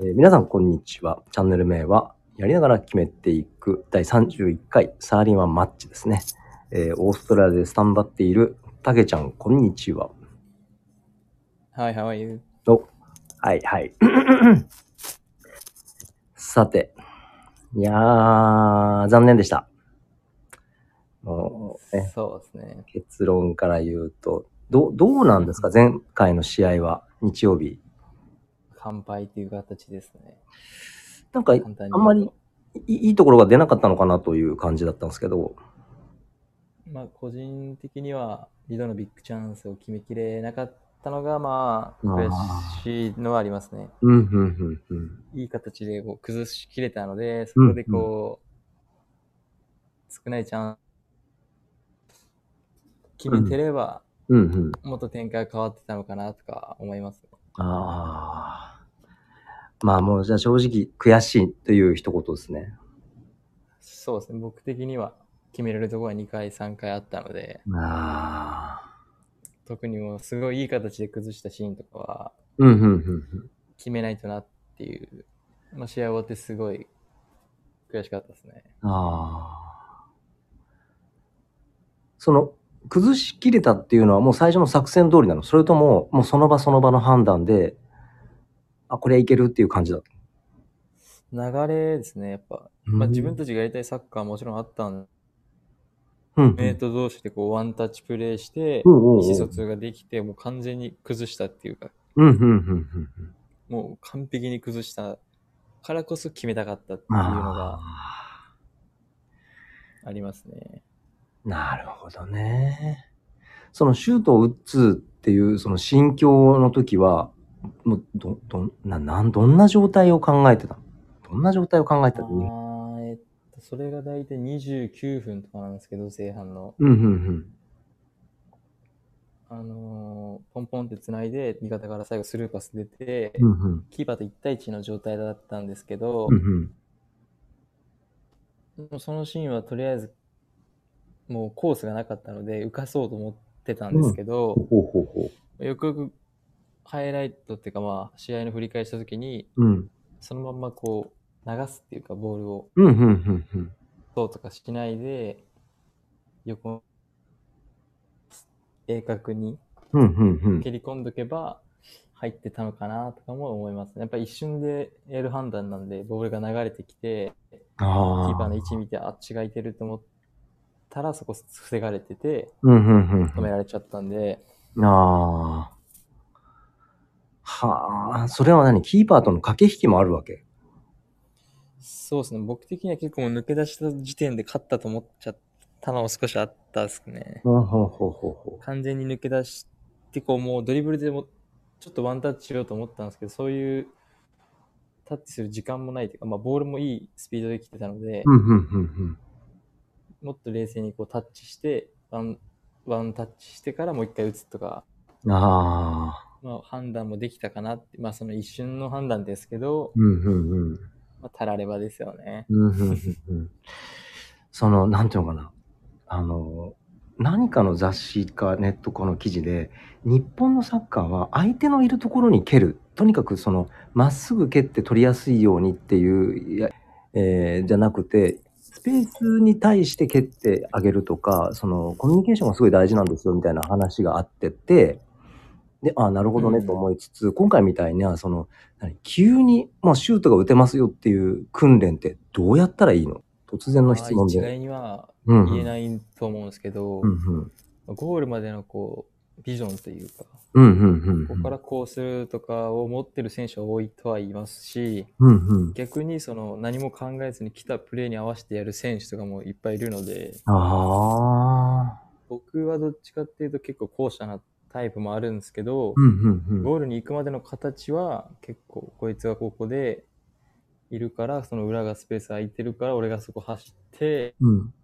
えー皆さん、こんにちは。チャンネル名は、やりながら決めていく第31回サーリンワンマッチですね。えーオーストラリアでスタンバっているたけちゃん、こんにちは。 Hi, how are you? お、はいはい。 さて、いやー、残念でした。もう、ね、そうですね。結論から言うと、どう、どうなんですか前回の試合は、日曜日。乾杯という形ですね。なんか、簡単に言うとあんまりいいいところが出なかったのかなという感じだったんですけど、まあ、個人的には、リドのビッグチャンスを決めきれなかったのが、まあ、あー悔しいのはありますね。うん、うん、うん、うん。いい形でこう崩しきれたので、そこでこう、少ないチャンス、決めてれば、うん、うん。もっと展開変わってたのかなとか思います。ああ。まあもう、じゃあ正直、悔しいという一言ですね。そうですね。僕的には、決めれるところが2回、3回あったので、ああ。特にもうすごいいい形で崩したシーンとかは、うん、うん、うん。決めないとなっていう、まあ、試合終わってすごい悔しかったですね。ああ。その、崩しきれたっていうのはもう最初の作戦通りなのそれとも、もうその場その場の判断で、あ、これはいけるっていう感じだった。流れですね、やっぱ。まあ、自分たちがやりたいサッカーはもちろんあったんで、うん、うん。メイト同士でこうワンタッチプレーして、意うんうんうん思疎通ができて、もう完全に崩したっていうか、うん、うん、うんうん。もう完璧に崩したからこそ決めたかったっていうのあがありますね。あ。なるほどね。そのシュートを打つっていう、その心境の時は、もう、ど、ど、な、なん、どんな状態を考えてたのどんな状態を考えてあたのーえっと、それが大体29分とかなんですけど、前半の。うん、うん、うん。あのーポンポンってつないで、味方から最後スルーパス出て、うん、うん。キーパーと1対1の状態だったんですけどう、ん、もうそのシーンはとりあえず、もうコースがなかったので、浮かそうと思ってたんですけうん。ほどう、ほうほうほよくよくハイライトっていうか、まあ、試合の振り返りしたときに、う。うん。そのまんまこう、流すっていうか、ボールを、うん、うん、うん、うん。そうとかしないで、横、鋭角にうん、うん、うん。蹴り込んどけば入ってたのかなとかも思いますね。やっぱ一瞬でやる判断なんで、ボールが流れてきて、キああ。ーパーの位置見て、あっちがいてると思ったら、そこ防がれてて、うん、うん、うん止められちゃったんで、うん。ああ。はあ、それは何キーパーとの駆け引きもあるわけそうですね、僕的には結構もう抜け出した時点で勝ったと思っちゃったのも少しあったですね。ほうほうほうほうほ完全に抜け出して、こうもうドリブルでもちょっとワンタッチしようと思ったんですけど、そういうタッチする時間もないというか、まあ、ボールもいいスピードで来てたので、う。うん、うん、うん、うん。もっと冷静にこうタッチして、ワンワンタッチしてからもう一回打つとか、ああ、まあ、判断もできたかなって、まあ、その一瞬の判断ですけど、うんうんうん。まあ、たらればですよね。うんうんうんうん、その、なんていうのかな。あの、何かの雑誌かネットかの記事で、日本のサッカーは相手のいるところに蹴る。とにかくその、まっすぐ蹴って取りやすいようにっていう、いやえーじゃなくて、スペースに対して蹴ってあげるとか、その、コミュニケーションがすごい大事なんですよみたいな話があってて、で、ああ、なるほどねと思いつつ、今回みたいな、その、何急に、まあ、シュートが打てますよっていう訓練ってどうやったらいいの突然の質問まあ一で。概にはうんうん言えないと思うんですけど、うんうんゴールまでのこうビジョンというか、うんうんうんここからこうするとかを持ってる選手は多いとは言いますし、うんうん。逆にその何も考えずに来たプレーに合わせてやる選手とかもいっぱいいるので、ああ。僕はどっちかっていうと結構後者なタイプもあるんですけど、うんうんうん。ゴールに行くまでの形は結構こいつがここでいるからその裏がスペース空いてるから俺がそこ走って、うん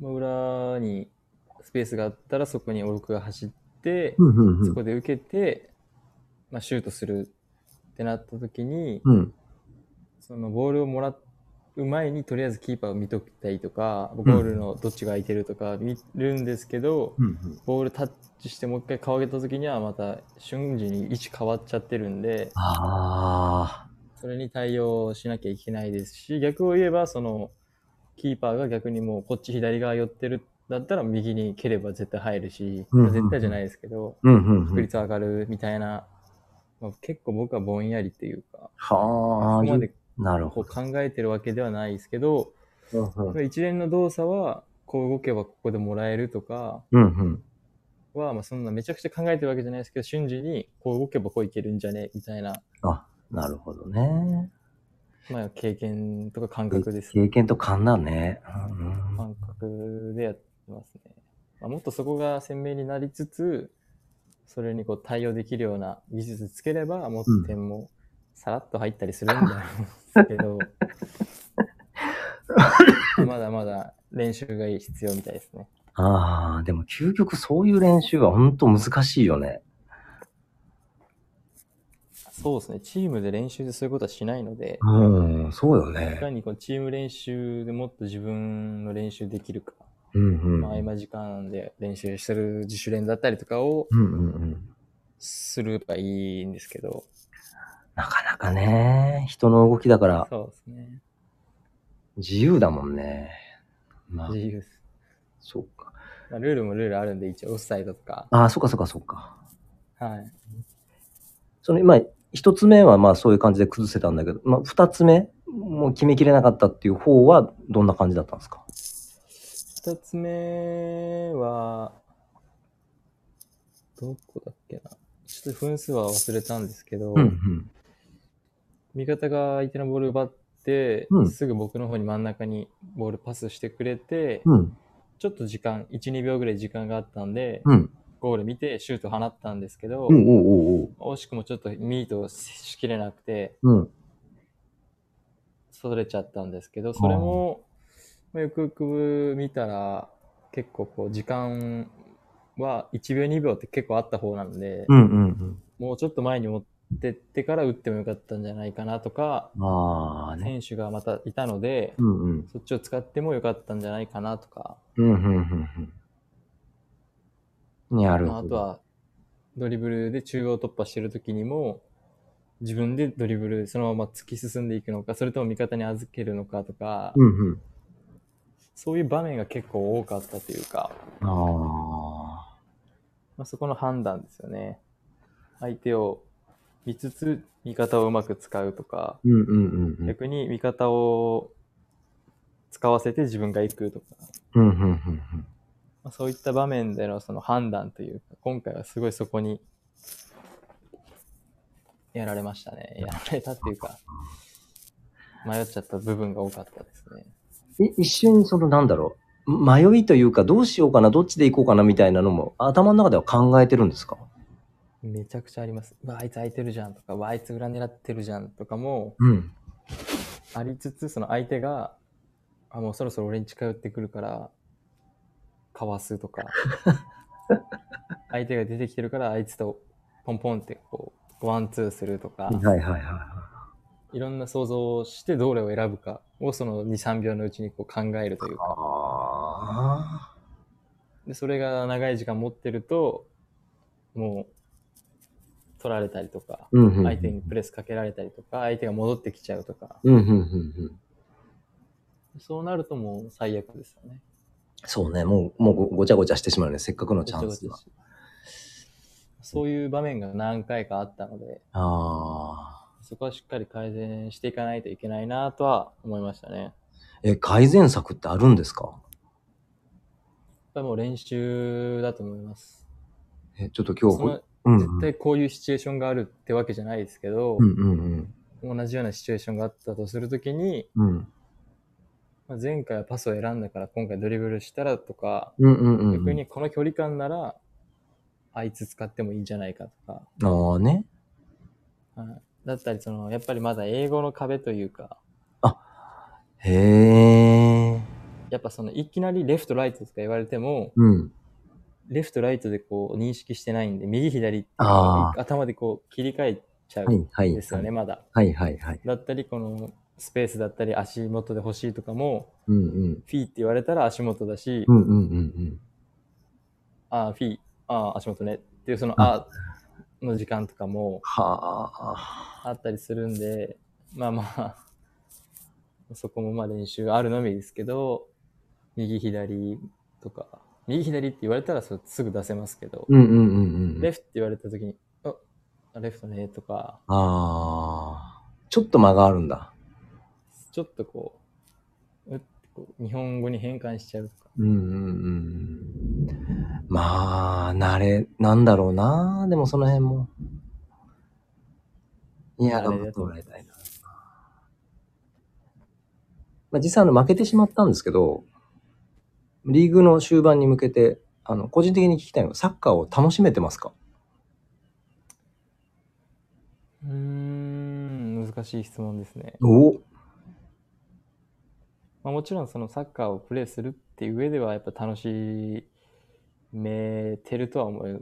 まあ裏にスペースがあったらそこに僕が走って、うんうんうそん。こで受けて、まあ、シュートするってなった時にうんそのボールをもらっう前にとりあえずキーパーを見ときたいとか、ゴールのどっちが空いてるとか見るんですけど、うんうん、ボールタッチしてもう一回顔上げた時にはまた瞬時に位置変わっちゃってるんで、ああ、それに対応しなきゃいけないですし、逆を言えば、その、キーパーが逆にもうこっち左側寄ってるだったら右に蹴れば絶対入るし、うんうんうんまあ絶対じゃないですけど、うんうん、う確ん。率上がるみたいな、まあ結構僕はぼんやりっていうか、はそこまであ、なるほこう考えてるわけではないですけど、ど。うんうん一連の動作は、こう動けばここでもらえるとかうんうん。は、まあそんなめちゃくちゃ考えてるわけじゃないですけど、瞬時にこう動けばこういけるんじゃねみたいな、あ、なるほどね。まあ経験とか感覚ですね経験と勘だね。うんうん感覚でやってますね。まあ、もっとそこが鮮明になりつつ、それにこう対応できるような技術つければ、もっと点もさらっと入ったりするんだろうけ ど、まだまだ練習が必要みたいですね。ああ、でも究極そういう練習は本当難しいよね。そうですね。チームで練習でそういうことはしないので、うん、そうよいかね。にこうチーム練習でもっと自分の練習できるか、うんうん。まあ、合間時間で練習してる自主練だったりとかをうんうんうん。すればいいんですけど、なかなかね、人の動きだからそうですね。自由だもんね。まあ、自由です。そうか。まあ、ルールもルールあるんで、一応オフサイドとか。ああ、そうかそうかそうか。はい。その今、一つ目はまあそういう感じで崩せたんだけど、まあ二つ目、もう決めきれなかったっていう方はどんな感じだったんですか二つ目は、どこだっけな。ちょっと分数は忘れたんですけど、うん味方が相手のボール奪って、うんすぐ僕の方に真ん中にボールパスしてくれて、うん。うん。ちょっと時間、1、2秒ぐらい時間があったんで、うん。ゴール見てシュート放ったんですけど、うん。うん。うん。うん。惜しくもちょっとミートしきれなくて、うん。それちゃったんですけど、それも、まあよくよく見たら、結構こう、時間は1秒2秒って結構あった方なので、うん。うん。もうちょっと前に持ってってから打ってもよかったんじゃないかなとか、うん。ああね。選手がまたいたので、うん。うん。そっちを使ってもよかったんじゃないかなとか、うん。うん。うん。うん。なるまあ、あほとど。はドリブルで中央突破してる時にも、自分でドリブルそのまま突き進んでいくのか、それとも味方に預けるのかとか、うん。うん。そういう場面が結構多かったというか、ああ。まあ、そこの判断ですよね。相手を見つつ、味方をうまく使うとか、うん。うん。うん。うん。逆に味方を使わせて自分が行くとか、うん。うん。うん。まあ、そういった場面でのその判断というか、今回はすごいそこにやられましたね。やられたっていうか、迷っちゃった部分が多かったですね。い一瞬、その、なんだろう、迷いというか、どうしようかな、どっちで行こうかなみたいなのも、頭の中では考えてるんですかめちゃくちゃあります。うわ、あいつ空いてるじゃんとか、うわ、あいつ裏狙ってるじゃんとかも、うん。ありつつ、その相手が、あ、もうそろそろ俺に近寄ってくるから、かわす とか、相手が出てきてるから、あいつとポンポンってこう、ワンツーするとかはい、はいはいはいろんな想像をして、どれを選ぶかをその2、3秒のうちにこう考えるというい。か、ああ。で、それが長い時間持ってると、もう、取られたりとか、うんうんうん。相手にプレスかけられたりとか、相手が戻ってきちゃうとか、うんうんうんうん。そうなるともう最悪ですよね。そうね、もう、もうごごちゃごちゃしてしまうね、せっかくのチャンスごちゃごがちゃ。しそういう場面が何回かあったので、ああ。そこはしっかり改善していかないといけないなとは思いましたね。やっえ、改善策ってあるんですかぱりもう練習だと思います。え、ちょっとそ今日の、うんうん絶対こういうシチュエーションがあるってわけじゃないですけど、うんうん同じようなシチュエーションがあったとするときに、うん。うんまあ、前回はパスを選んだから今回ドリブルしたらとか、うんうんうん。逆にこの距離感なら、あいつ使ってもいいんじゃないかとか、ああね。はいだったり、その、やっぱりまだ英語の壁というか、へえ。やっぱその、いきなりレフト、ライトとか言われても、うん。レフト、ライトでこう、認識してないんで、右、左ってあ頭でこう、切り替えちゃはういはい。んですよね、まだ。はいはいはい。だったり、この、スペースだったり足元で欲しいとかも、うんうん。フィーって言われたら足元だし、うんうんうんああ、フィー、ああ、足元ねっていうそのああーの時間とかもはあ。あったりするんで、まあまあ、そこもまあ練習あるのみですけど、右左とか、右左って言われたらそれすぐ出せますけど、うんうんうんうレん。フって言われた時に、あ、レフトねとか、ああ。ちょっと間があるんだ。ちょっとこう、うってこう日本語に変換しちゃうとか。うんうんうん。まあ、慣れ、なんだろうな。でもその辺も。いや、慣れ頑張だってともらいたいな。まあ、実際あの、負けてしまったんですけど、リーグの終盤に向けて、あの、個人的に聞きたいのは、サッカーを楽しめてますかうーん、難しい質問ですね。おまあ、もちろんそのサッカーをプレーするっていう上ではやっぱ楽しめてるとは思い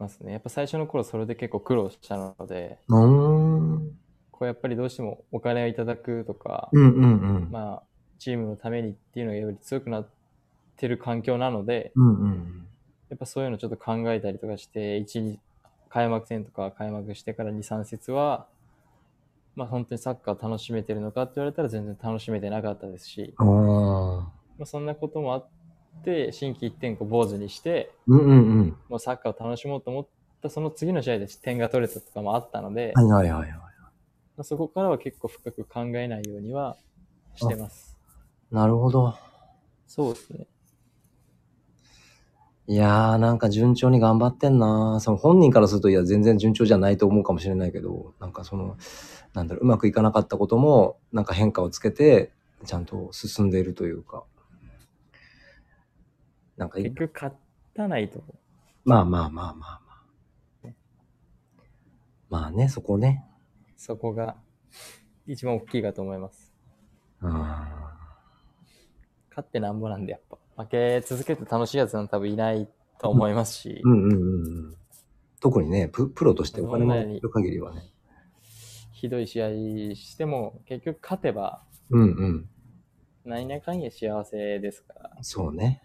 ますね。やっぱ最初の頃それで結構苦労したので、うーん。うんこうやっぱりどうしてもお金をいただくとか、うんうん。まあチームのためにっていうのがより強くなってる環境なので、うんうん。やっぱそういうのちょっと考えたりとかして、1、2開幕戦とか開幕してから2、3節は、まあ本当にサッカー楽しめてるのかって言われたら全然楽しめてなかったですし、おー。まあ、そんなこともあって、心機一転こう坊主にして、うんうんうん。もうサッカーを楽しもうと思ったその次の試合で点が取れたとかもあったので、はいはいはいはい。まあ、そこからは結構深く考えないようにはしてます。なるほど。そうですね。いやー、なんか順調に頑張ってんなーその本人からすると、いや、全然順調じゃないと思うかもしれないけど、なんかその、なんだろう、うまくいかなかったことも、なんか変化をつけて、ちゃんと進んでいるというか。なんかい、結局勝たないと。まあまあまあまあまあ。まあね、そこね。そこが一番大きいかと思います。うん。勝ってなんぼなんで、やっぱ。負け続けて楽しいやつなんて多分いないと思いますし、うんうんうんうん。特にね、ププロとしてお金もらえる限りはね。ひどい試合しても、結局勝てば、うんうん。何やかんや幸せですから、そうね。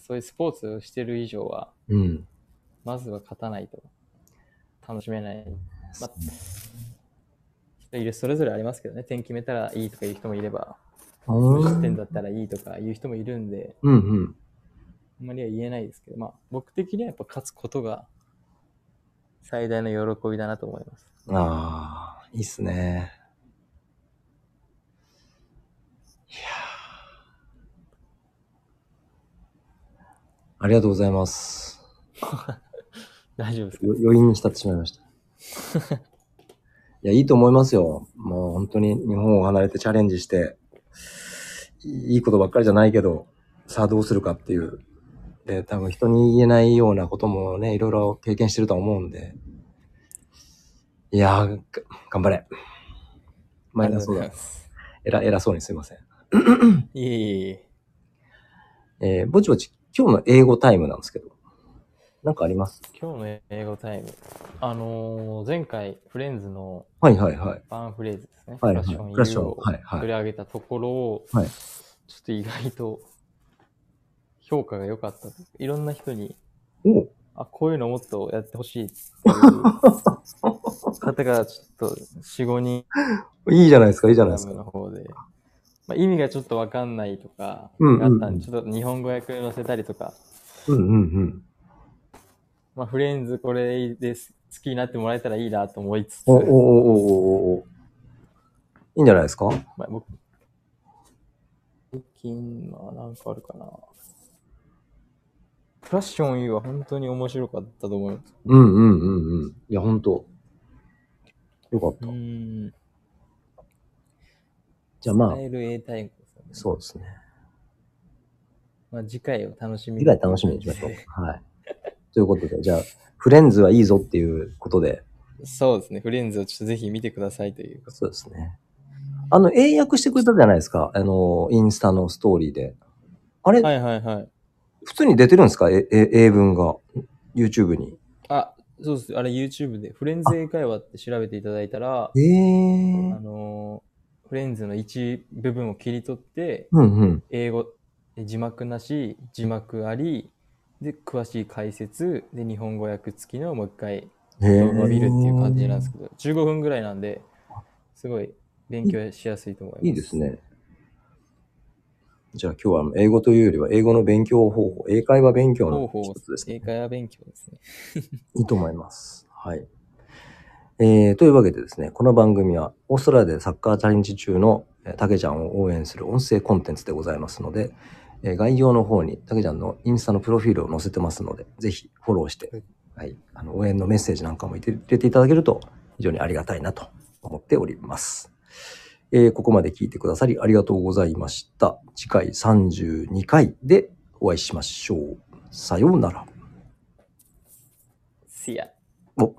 そういうスポーツをしてる以上は、うん。まずは勝たないと楽しめない。まそれぞれありますけどね、点決めたらいいとか言う人もいれば、無失点だったらいいとか言う人もいるんで、うんうん。あんまりは言えないですけど、まあ、僕的にはやっぱ勝つことが最大の喜びだなと思います。ああ、いいっすね。いやーありがとうございます。大丈夫ですかよ余韻に浸ってしまい ました。いや、いいと思いますよ。もう本当に日本を離れてチャレンジして、いいいことばっかりじゃないけど、さあどうするかっていう。で、多分人に言えないようなこともね、いろいろ経験してるとは思うんで。いやー、が頑張れ。まあ、偉そうだ。す。偉偉そうにすいません。いえいえいえ。えーぼちぼち、今日の英語タイムなんですけど。なんかあります今日の英語タイム。あのー前回、フレンズのはいはいはい。バーンフレーズですね。はいはフラい。ッシュオンフラッシュオン U をはいはい取り上げたところを、はいちょっと意外と評価が良かったと。いろんな人に、おうあ、こういうのもっとやってほしいっていう方がちょっと4、5人いいじゃないですか、いいじゃないラですムか。の方で。まあ、意味がちょっとわかんないとか、うんうんあうっんたんで、ちょっと日本語訳載せたりとか、うんうんうん。まあ、フレンズこれです好きになってもらえたらいいなと思いつつ、おおおおおおお。いいんじゃないですかまあ、僕、最近はなんかあるかな。フラッシュオン U は本当に面白かったと思います。うんうんうんうん。いや、ほんと。よかった。ん。じゃあまあ伝、える英単語ですよね。そうですね。まあ、次回を楽しみに。次回楽しみにしましょう。はい。ということで、じゃあ、フレンズはいいぞっていうことで。そうですね。フレンズをちょっとぜひ見てくださいという。そうですね。あの、英訳してくれたじゃないですか。あの、インスタのストーリーで。あれ、はいはいはい。普通に出てるんですかええ英文が。YouTube に。あ、そうです。あれ YouTube で、フレンズ英会話って調べていただいたら、えあー。のー、フレンズの一部分を切り取って、うんうん。英語、で字幕なし、字幕あり、で、詳しい解説、で、日本語訳付きのもう一回へえ動画を見るっていう感じなんですけど、15分ぐらいなんで、すごい勉強しやすいと思います。いいです。ね。じゃあ今日はあの英語というよりは英語の勉強方法、英会話勉強方の法一つです、ね。英会話勉強ですね。いいと思います。はい。えー、というわけでですね、この番組はオーストラリアでサッカーチャレンジ中のえーたけちゃんを応援する音声コンテンツでございますので、えー概要の方にたけちゃんのインスタのプロフィールを載せてますので、ぜひフォローして、はいはい、あの応援のメッセージなんかも入れて入れていただけると非常にありがたいなと思っております。えーここまで聞いてくださりありがとうございました。次回32回でお会いしましょう。さようなら。 See ya. お